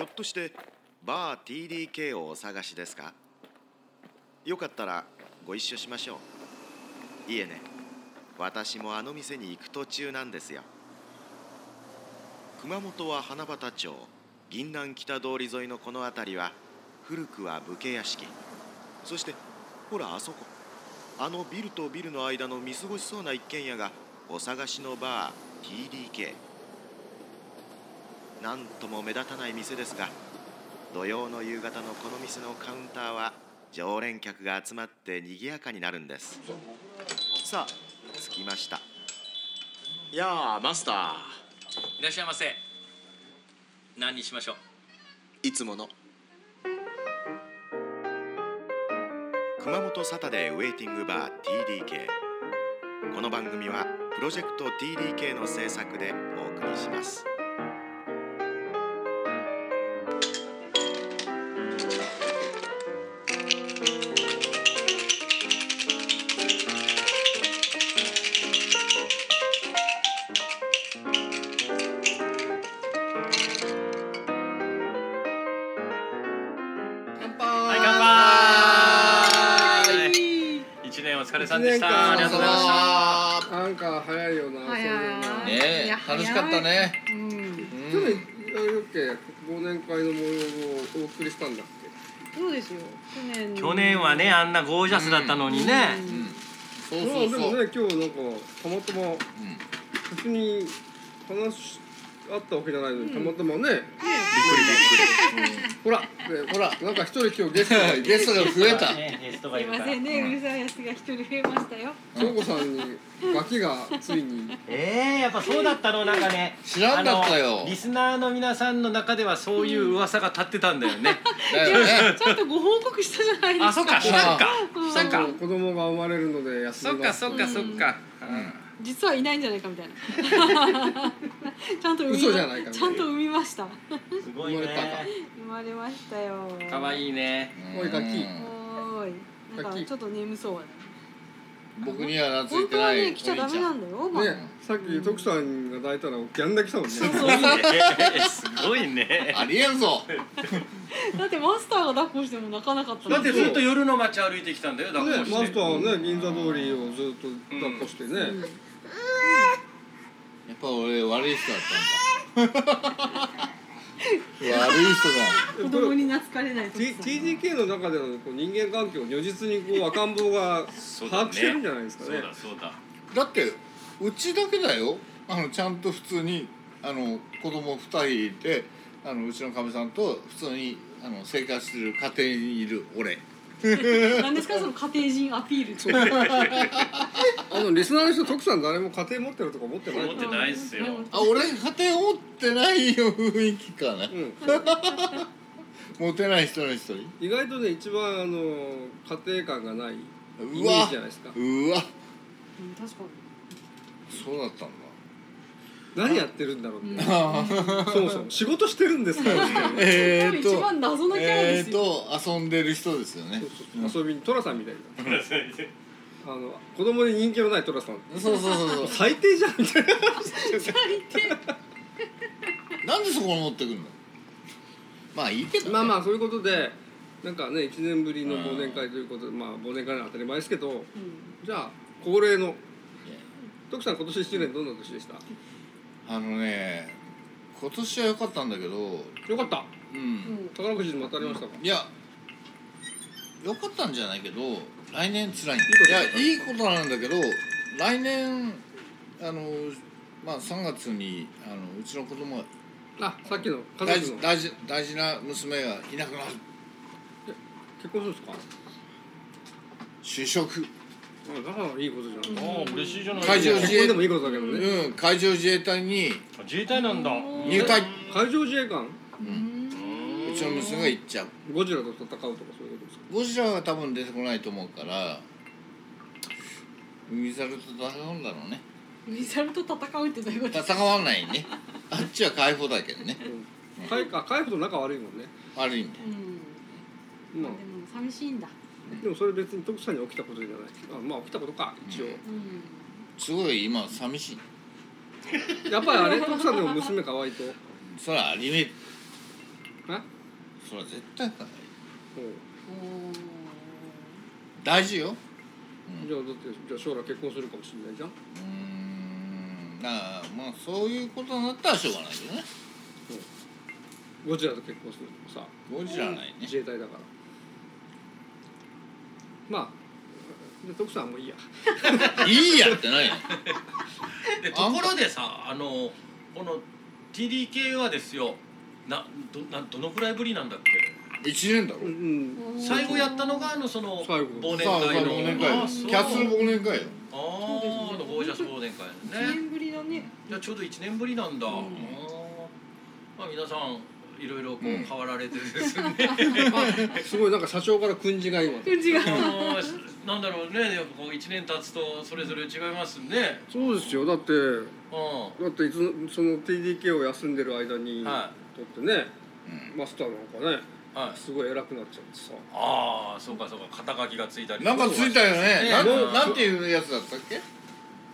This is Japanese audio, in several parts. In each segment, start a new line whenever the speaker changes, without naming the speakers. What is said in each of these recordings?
ょっとしてバー TDK をお探しですかよかったらご一緒しましょういえね私もあの店に行く途中なんですよ熊本は花畑町銀南北通り沿いのこの辺りは古くは武家屋敷そしてほらあそこあのビルとビルの間の見過ごしそうな一軒家がお探しのバー TDK なんとも目立たない店ですが土曜の夕方のこの店のカウンターは常連客が集まって賑やかになるんですさあ着きました
いやあマスター
いらっしゃいませ何にしましょう
いつもの
熊本サタデーウェイティングバー TDK この番組はプロジェクト TDK の制作でお送りします
乾杯
はい乾杯一年お疲れさんでし
一年間
たありがとうございました
なんか早いよな
早
そうい
い
うの
ね
ね
いや早い
楽しかったね
うん
うん
去年あれだっけ忘年会の模様をお送りしたんだっけ
そうですよ去年
去年はねあんなゴージャスだったのにね、
う
うんん
そう
ま
そうそ
あ
う
でもね今日なんかたまたま
うん
別に話しあったわけじゃないのにたまたまねほらねほらなんか一人今日ゲストがいる
ゲストが増えた
ねゲストが
す
いる
い
か
ま
ら
せんねうるさいやつが一人増えましたよ
翔子さんにガキがついに
えー、やっぱそうだったのなんかね
知らんかったよ
あのリスナーの皆さんの中ではそういう噂が立ってたんだよね、
だ
い
よ
や
ね
ちゃんとご報告したじゃないですか
あそっか
そ
そうっか
うん
そっか
子供が生まれるので休
そっ
みが
かそっかそっか、
実はいないんじゃないかみたいな ちゃんと産み
嘘じゃないかみたいな
ちゃんと産みました
うんすごい
生まれたか
ね
生まれましたよ
かわいい ね
おいガキ
おーいなんかちょっと眠そうやね
僕には懐い
本
て
当は
ない
ね来ちゃダメなんだよまあ
ねさっき徳さんが抱いたらギャン泣きしたもんね
そうそう
すごいね
ありえんぞ
だってマスターが抱っこしても泣かなかった
だ
の
ってずっと夜の街歩いてきたんだよだっ
ね
こし
マ
て、
スターはね銀座通りをずっと抱っこしてね、
やっぱ俺悪い人だったんだ悪い人だ
子供に懐かれないと
T- TDK の中でのこう人間関係を如実にこう赤ん坊が
そうだね
把握してるんじゃないですか
そう
ね
だそうだ
だってうちだけだよあのちゃんと普通にあの子供二人いてあのうちのかみさんと普通にあの生活してる家庭にいる俺
何ですかその家庭人アピールって
あのリスナーの人徳さん誰も家庭持ってるとか思ってない
思ってないっすよ
あ俺家庭持ってないよ雰囲気かね
うん、
持てない人の一人
意外とね一番あの家庭感がないイメ
う
ー
わ
ジじゃないです
う
か
わ
うん確か
そうだったん
何やってるんだろうって、
だ
そもそも仕事してるんですからみたいな
えー
に
と
一番謎なキャラ
え
で
ー
すよ
と遊んでる人ですよね
そうそうそう遊びに寅さんみたいなあの子供に人気のない寅さん
そうそうそうそ
最低じゃんみたいな
うなんでそこに持ってくんのまあいいけど、ね、
まあまあそういうことでなんかね1年ぶりの忘年会ということで、まあ忘年会の当たり前ですけど
うん
じゃあ恒例の徳さん今年1年どんな年でした
あのね今年は良かったんだけど
よかった
うん、
うん
宝くじでも当たりましたか
いや良かったんじゃないけど来年辛いん
いいこと
だいやいいことなんだけど来年あのまあ3月にあのうちの子供が
あさっきの
大
家
事
族の結
大事大事な娘がいなくなる
婚するんですか
就職
あだからいいことじ ゃない
ああ嬉しいじゃない
会場
結婚でもいいことだけどね、
うん海上自衛隊に
自衛隊なんだ
入隊
海上自衛官
うちの娘が行っちゃう
ゴジラと戦うとかそういうことですか
ゴジラは多分出てこないと思うから海猿と戦うんだろうね
ミサルと戦うってどういうこと
戦わないね あっちは解放だけどね
海あ海部と仲悪いもんね
悪いんだよ
うん
ま
で
あ
も寂しいんだ
でもそれ別に徳さんに起きたことじゃないあまあ起きたことか一応、
うん
すごい今寂しい
やっぱりあれ徳さんでも娘可愛いと
それはアニメ
あ
それは絶対ない
ほう
大事よ
じゃあだってじゃあ将来結婚するかもしれないじゃん
うーんだからまあそういうことになったらしょうがないよね
ゴジラと結婚するのもさ
ゴジラないね
自衛隊だからまあで徳さんはもういいや
いいやってないよ
でところでさあのこの TDK はですよなどなどのくらいぶりなんだっけ
1年だろ
うん
最後やったのがあのその
最後
忘年
さあ
会の
忘年会
あそう
キャッスル忘年会よ
ああのゴージャス忘年会
一
ね
年ぶりだね。
じゃあちょうど1年ぶりなんだ、あーまあ皆さんいろいろこう
うん
変わられ てですね、
すごいなんか社長から訓示が今
うん違
あ
う。
のなんだろうねやっぱこう1年経つとそれぞれ違いますね
そうですよだって
う
だっていつその TDK を休んでる間に、
んは
だってね
うん
マスターなんかね
いはい
すごい偉くなっちゃって さ
ああそうかそうか肩書きがついたり
なんかついたよねな
ね
んなんていうやつだったっけ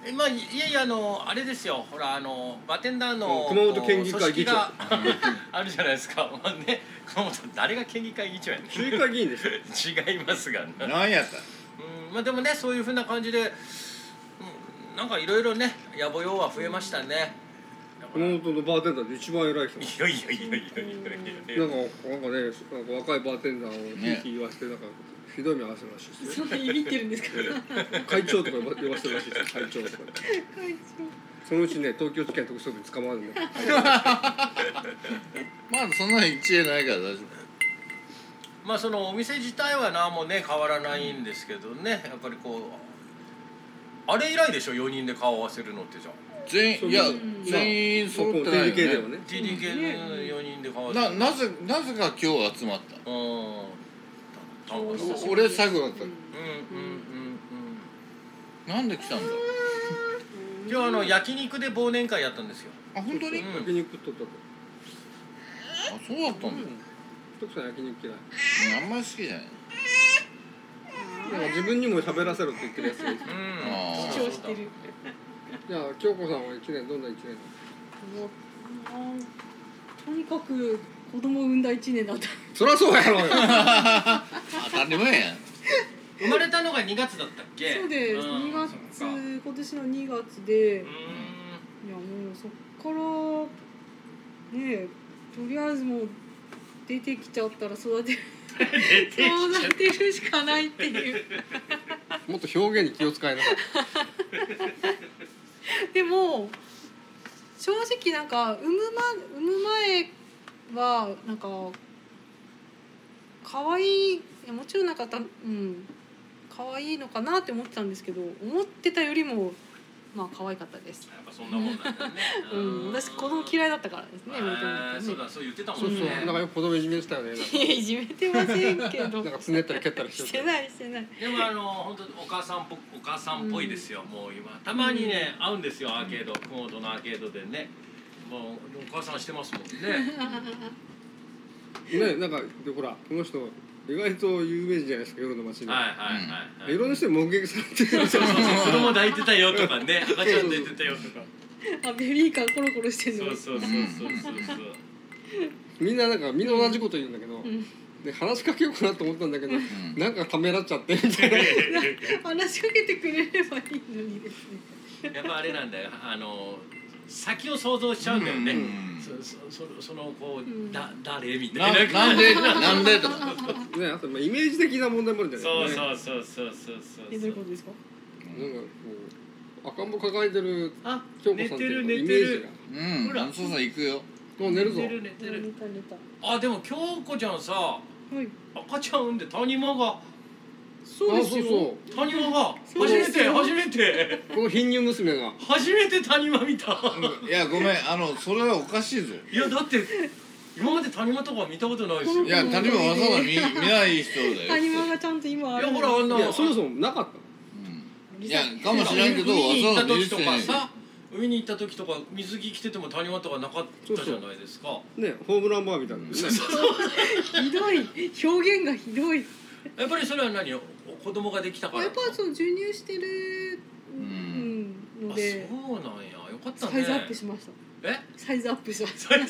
えまあいやいやあのあれですよほらあのバテンダーの
熊本県議会議長
こう組織が あるじゃないですかまあね熊本誰が県議会議長やねん
中華議員でしょ
違いますがな
なんやった
うんまあでもねそういうふうな感じで、うん、なんかいろいろね野暮用は増えましたねだからい
熊本のバーテンダーで一番偉い人
やいやいやいやいやいや
ないん
や
かなんかねなんか若いバーテンダーをひいひい言わせてなんかひどい目合わせるらしいです
そ
よ
んなにびってるんですか。
会長とか呼ば呼ばせてるらしいですよ会長とか
会長。
そのうちね東京地検特捜部に捕まるんだよ
まあそんな一円ないから大丈夫
まあそのお店自体はなもうね変わらないんですけどねやっぱりこうあれ以来でしょ4人で顔合わせるのってじゃあ
全員いや
うん
全員
そ
揃
こ
っ
の
てない
TDK で
よ
は
ね
ね
TDK の4人で顔合わせる
ななぜなぜか今日集まっ
う
た
んたたまたま
お俺最後だっ
うんうんうんうん
たなんで来たんだ
今日あの焼肉で忘年会やったんですよ、
あ本当に、
う
あ
焼
ん、
肉とったと
そうだったんだ、
徳さん焼肉嫌い
あんまり好きじゃない
なんか自分にも喋らせろって言ってるやつがいる
あー
主張してる。
じゃあ京子さんは一年どんな一年
もうとにかく子供を産んだ一年だった。
そりゃそうやろう よ
当たり前やん
生まれたのが2月だったっけ
そうです。
ん
二月
そっかうん
今年の二月で、いやもうそっからねえとりあえずもう出てきちゃったら育 てる育てるしかないっていう。
もっと表現に気を使いなさい
でも正直なんか産む,、ま、産む前はなんか可愛いいやもちろんなんかたうん可愛いのかなって思ってたんですけど思ってたよりもまあ可愛かったです。
やっぱそんなもんなんだね
うん、私子供嫌いだったからですね。
え
もともと
ー
ね
そうだそう言ってたも
そうんそ
ね
う、なんかよく子供いじめてたよね。
いやいじめてませんけ
な
ど
んか。なんかつねったり蹴ったり
し
して
て
る。
ないしてない。
でもあの本当お母さんっぽお母さんっぽいですよ、もう今たまにね会うんですよアーケード熊本のアーケードでねもうお母さんしてますもんね
ね、なんかでほらこの人意外と有名人じゃないですか夜の街に。
はいはいはい、はい
いろんな人に目撃されてるんで
そ
す
う
よ。
そうそう子供抱いてたよとかね赤ちゃん抱いてたよとか
あベビーカーコロコロしてる
そ
の
う。そうそうそうそうそう
みんななんかみんな同じこと言うんだけど
う、ん
で話しかけようかなと思ったんだけど、
ん
なんかためらっちゃってみ たいな。
話しかけてくれればいいのにですね。
やっぱあれなんだよあの先を想像しちゃうんだよね、
うん
そそそそのこう、
ん
だ誰みた
ない
な
なんでなんでとか
ね、あとまあイメージ的な問題もあるんじゃな
そ
いうですかね。
そうそうそうそうそう
えどういうことですか。
なんかこう赤ん坊抱えてる
あ
京子
寝
さんっててい
る
うイ
寝
メ
て
ージ
る
が。
うん
ほら
そうそう行くよ
もう寝るぞ
寝。てる寝て
寝
る
た寝た。
あでも京子ちゃんさ
はい。
赤ちゃん産んで谷間が
そう
あ、
で
そ
す
う
よ。
そ
谷間が
そう
初
で
め
す
て
よ
初めて
う。この貧乳娘が。
初めて谷間見た
いやごめんあのそれはおかしいぞ
いやだって今まで谷間とか見たことないですよ
い
い
や谷間わざわざ見見ない人だよ
谷間がちゃんと今あ
や
る。
ほらあんない
やそもそもなかったの。
うんいやかもしれんけど
海に行
わ
った
ざ
時と
わざ見せてな
か
い
さ海に行った時とか水着着てても谷間とかなかったじゃないですか
ね、ホームランバーみたいなのね。
ひどい表現がひどい。
やっぱりそれは何お子供ができたから
やっぱそう授乳してる
う
うんんの
あ
で
そうなんやよかった
サイズアッ
ね
プしました。
え
サイズアップしました
ラ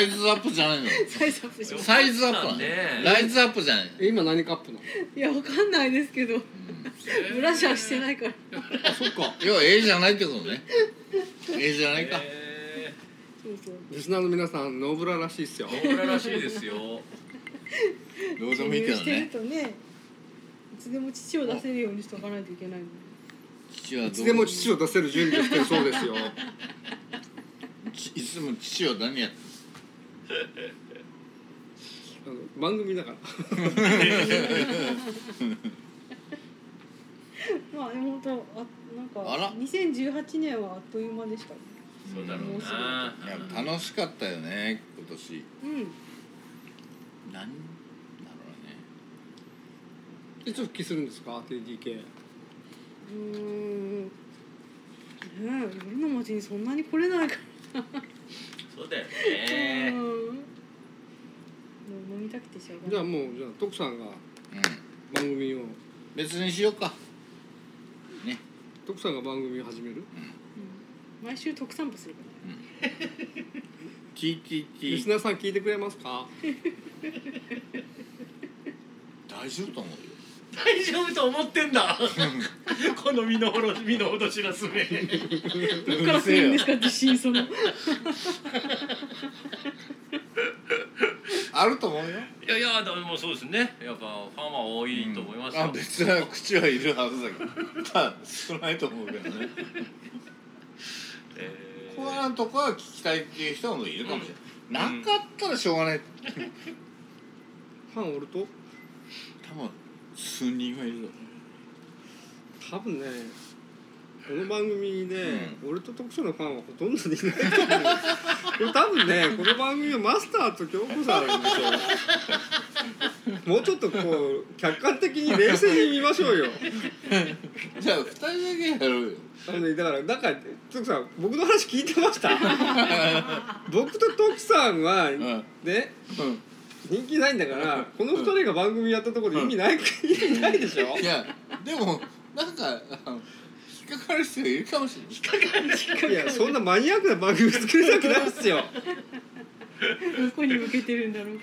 イズアップじゃないの
サイズアップしました
サイズアップなの
ね
ライズアップじゃないの
え今何カップなの
いやわかんないですけど ブラシはしてないいから
あそっか
要は A じゃないってことね A じゃないか
え
そうそう
リスナーの皆さんノーブラらしいっすよ
ー、ノーブラらしいですよ
どうでもいいけど
記入してる
ね
とねいつでも乳を出せるようにしとかないといけないの
父はどう
いつでも父を出せる準備をしてるそう ですよ
ちいつでも父は何やって
あの番組だから
まあでも本当あなん
あら
か2018年はあっという間でしたね
そうだろう
もうすぐ
な
るのいや楽しかったよね今年
うん
何だろうね
いつ復帰するんですか TDK
うーんねえ夜の街にそんなに来れないか
そうだよ
ら、
ね
うんもう飲みたくてしょう
じゃ
が
あ
ない
もうじゃあ徳さんが
うん
番組を
別にしようかね
徳さんが番組を始める
うん毎週特産部するから
リス
TTT
ナーさん聞いてくれますか
大丈夫と思うよ
大丈夫と思ってんだこの身のほろ身のほど知らすめ
どっから来るんです か自信その
あると思うよ
いやいやでもそうですねやっぱファンは多いと思いますよ、
あ別な口はいるはずだけどただ少ないと思うけどね
え
コアラ
ー
のとこは聞きたいっていう人もいるかもしれない、
うん
なかったらしょうがない
ファンおると
多分数人はいるだろ
多分ねこの番組ね、俺と徳さんのファンはほとんどいないこれ多分ねこの番組はマスターと京子さんなんでしょもうちょっとこう客観的に冷静に見ましょうよ
うじゃあ二人だけやろうよ
あのねだからなんか徳さん僕の話聞いてました僕と徳さんは、
うんうん
ね人気ないんだからこの二人が番組やったところで意味ない、意味ないでしょ
いやでもなんかあの引っかかる人がいるかもしれない
いやそんなマニアックな番組作りたくないっすよ
どこに向けてるんだろう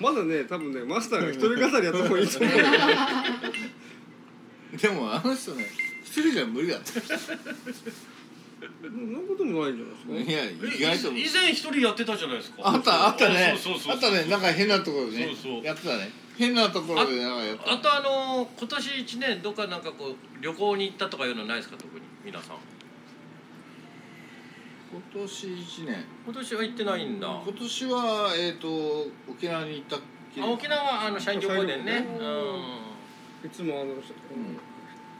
まだね多分ねマスターが一人語りやった方がいいと思うよ
でもあの人ね一人じゃ無理だった
そんなこともないんじゃない
い
ですか
や意外と
以前一人やってたじゃないですか
あったあったね
そうそうそう
あったねなんか変なところでね
そうそう
やってたね変なところでなんかやってた
あとあのー今年一年どっかなんかこう旅行に行ったとかいうのないですか特に皆さん
今年一年
今年は行ってないんだ
今年はえっ、と沖縄に行ったっきり
あ沖縄はあの社員旅行でね
うん
いつもあの、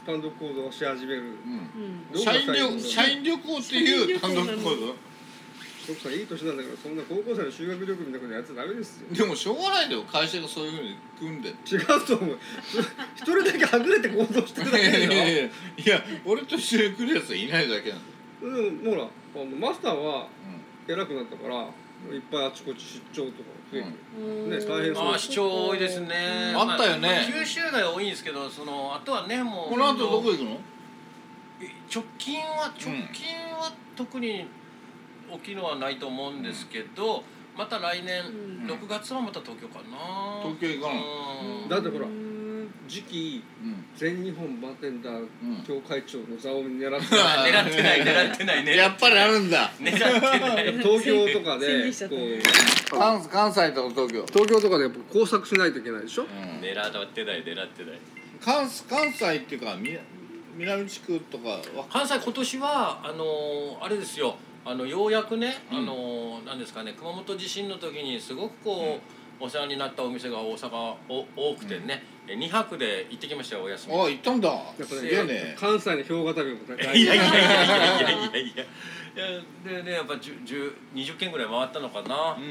単独行動し始め
う
る
う
ん、
ん
社員旅社員旅行っていう単独行
徳さんいい年なんだからそんな高校生の修学旅行みたいなことやっちゃダメですよ
動でもしょうがないだよ会社がそういうふうに組 んで
違うと思う一人だけはぐれて行動してるだ
い
け
やいやい
でし
やいや俺と一緒に来るやつはいないだけなんだよ、
ょうんほらあのマスターは偉くなったからいっぱいあちこち出張とか増えてる、
うん
ね大変
うん
そう
まあ主張多いですね
あったよね
まあ九州が多いんですけどそのあとはねもう
この後どこ行くの
直近は直近は特に大きいのはないと思うんですけど、また来年
うん
6月はまた東京かな
東京行かない
うん
だってほら
うん
次期
うん
全日本バーテンダー
うん
協会長の座を狙って
あ
狙ってない狙ってないね
やっぱりあるんだ
狙ってない
東京とか
宣
で
言しちゃっ
こ
た
う
関関西と東京、
東京とかでやっぱ工作しないといけないでしょ
うん
狙ってない狙ってない
関関西っていうかみ南地区とかわ
関西今年はあのーあれですよあのようやくね、
うん
あのーなんですかね熊本地震の時にすごくこう、お世話になったお店が大阪お多くてね、え2泊で行ってきましたよお休み
あ行ったんだ
やっぱ
す
ね
げえね
関西の氷河旅も大
い
事
やいやいやいやいやいやいやでねやっぱ10 10 20件ぐらい回ったのかな、
うん
う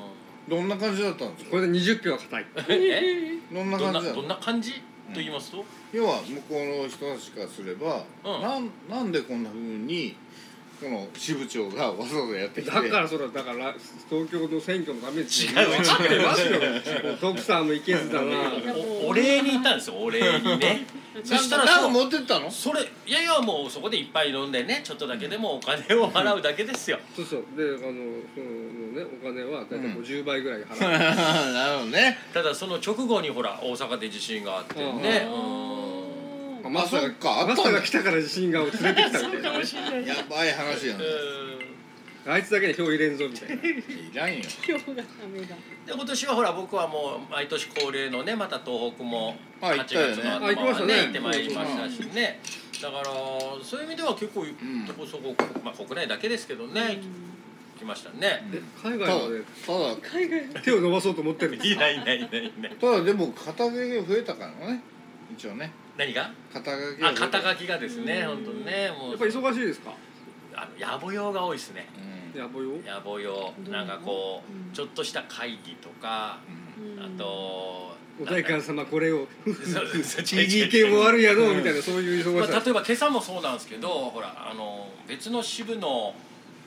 ん
どんな感じだったんですか
これで20票は硬い
え
どんな
どん
感
な
じだった
どんな感じ、
うん
と言いますと
要は向こうの人たちからすれば、
うん
なんなんでこんなふうにこの支部長がわざわざやってきて
だからそれはだから東京の選挙のために違う違うますよ徳さんもいけずだな
やもう
おお礼に行ったんですよお礼にねそしたら
な
そ
んか
う
持ってったの
それいやいやもうそこでいっぱい飲んでねちょっとだけでもお金を払うだけですよ
そうそうであのそのねお金は大体
うん
50倍ぐらい払 う、
なるほどね
ただその直後にほら大阪で地震があってねうん
あ
あそっかあ
マ
っ
ス
た
ター
んだ
が来たから地震が連れてきたみたいなね
やばい話やん
あいつだけで票入れんぞみたいな
いらんよ
今日がダメだ。
で今年はほら僕はもう毎年恒例のねまた東北も
あ
8
行ったよね
月の
あ
頭
行きま
は
し
ね
たね
行ってまいりましたしねだからそういう意味では結構
ん
そこそこ、まあ、国内だけですけどね来ましたね
え海
ただ
外まで
ただ
海外
手を伸ばそうと思って るんです
いないいないいないいない
ただでも肩書きが増えたからね一応ね
何が
肩書きが
あ
増えた
肩書きがですね本当にねもう
やっぱ忙しいですか
あの野暮用が多いですね
うん
やぼよ
野暮用
どう
なんかこ
うん
うちょっとした会議とかあと
お代官様これを
そうそうそう
TDK も悪いやろみたいなそういう忙
まあ、
し
例え
さ
ば今朝もそうなんですけどほらあの別の支部の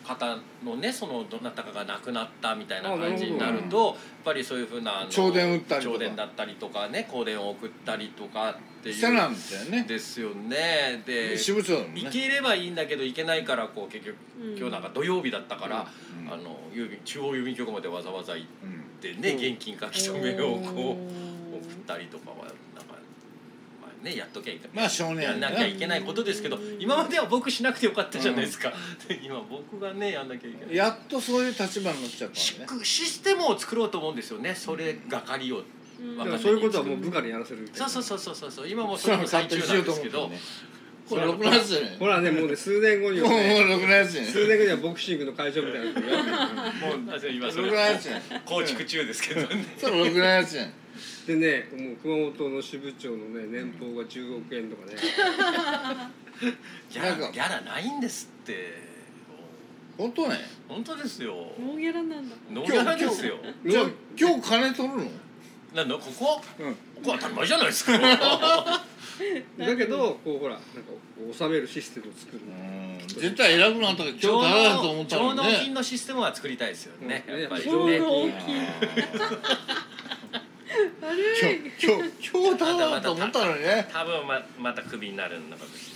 方のねそのどなたかが亡くなったみたいな感じになるとやっぱりそういうふうなあの
弔電打ったりとか
弔電だったりとかね香典を送ったりとかって
うん
いう
してなんだよね
ですよねで
支部長だもんね
行ければいいんだけど行けないからこう結局今日なんか土曜日だったから、
うん
あの郵便中央郵便局までわざわざ行っ
うん
てね、
うん
現金書き留めをこう。送ったりとかはなんか、まあね、やっときゃいけない、
まあ少年
や
や
ん
ね
なきゃいけないことですけど今までは僕しなくてよかったじゃないですか、 今僕がねやんなきゃいけない
やっとそういう立場になっちゃった
シ
んだね
クシステムを作ろうと思うんですよねそれがかりを、
うん
ま
だからそういうことはもう部下にやらせるみたい
そう
な
そうそうそうそうそう今もうそ
それ
れ
も
の
カ
最
ット
中
し
な
ようんと
です
思っ
け
てる
ど、
ね
ほ
そ
ら
れ6月じゃない
ほらねもうね数年後には
もうもう
ね
6月じゃ
数年後にはボクシングの会場みたいなのが
もう今それ
6月じゃん
構築中ですけどね、
それ6月じゃん
でねもう熊本の支部長のね年俸が10億円とかね
ギャ
な
ラ
んか
ギャラないんですって
本当ね
本当ですよ
ノーギャラなんだ。
ノーギャラですよ
じゃあ今日金取るの
なんだここ、
うん
ここ当たり前じゃない ですか
だけどこうほらなんか納めるシステムを作る
うん絶対偉くなったから今日
上
ダメだと思
納
ったの
上
に
納金
ね
のシステムは作りたいですよね、
うん
やっぱり
上
ね
納
あ
金。悪
ー
い。
今日今日ダメだと思ったのにね
多分ままたクビになるんだかもし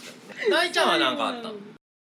れない大ちゃんは何かあったの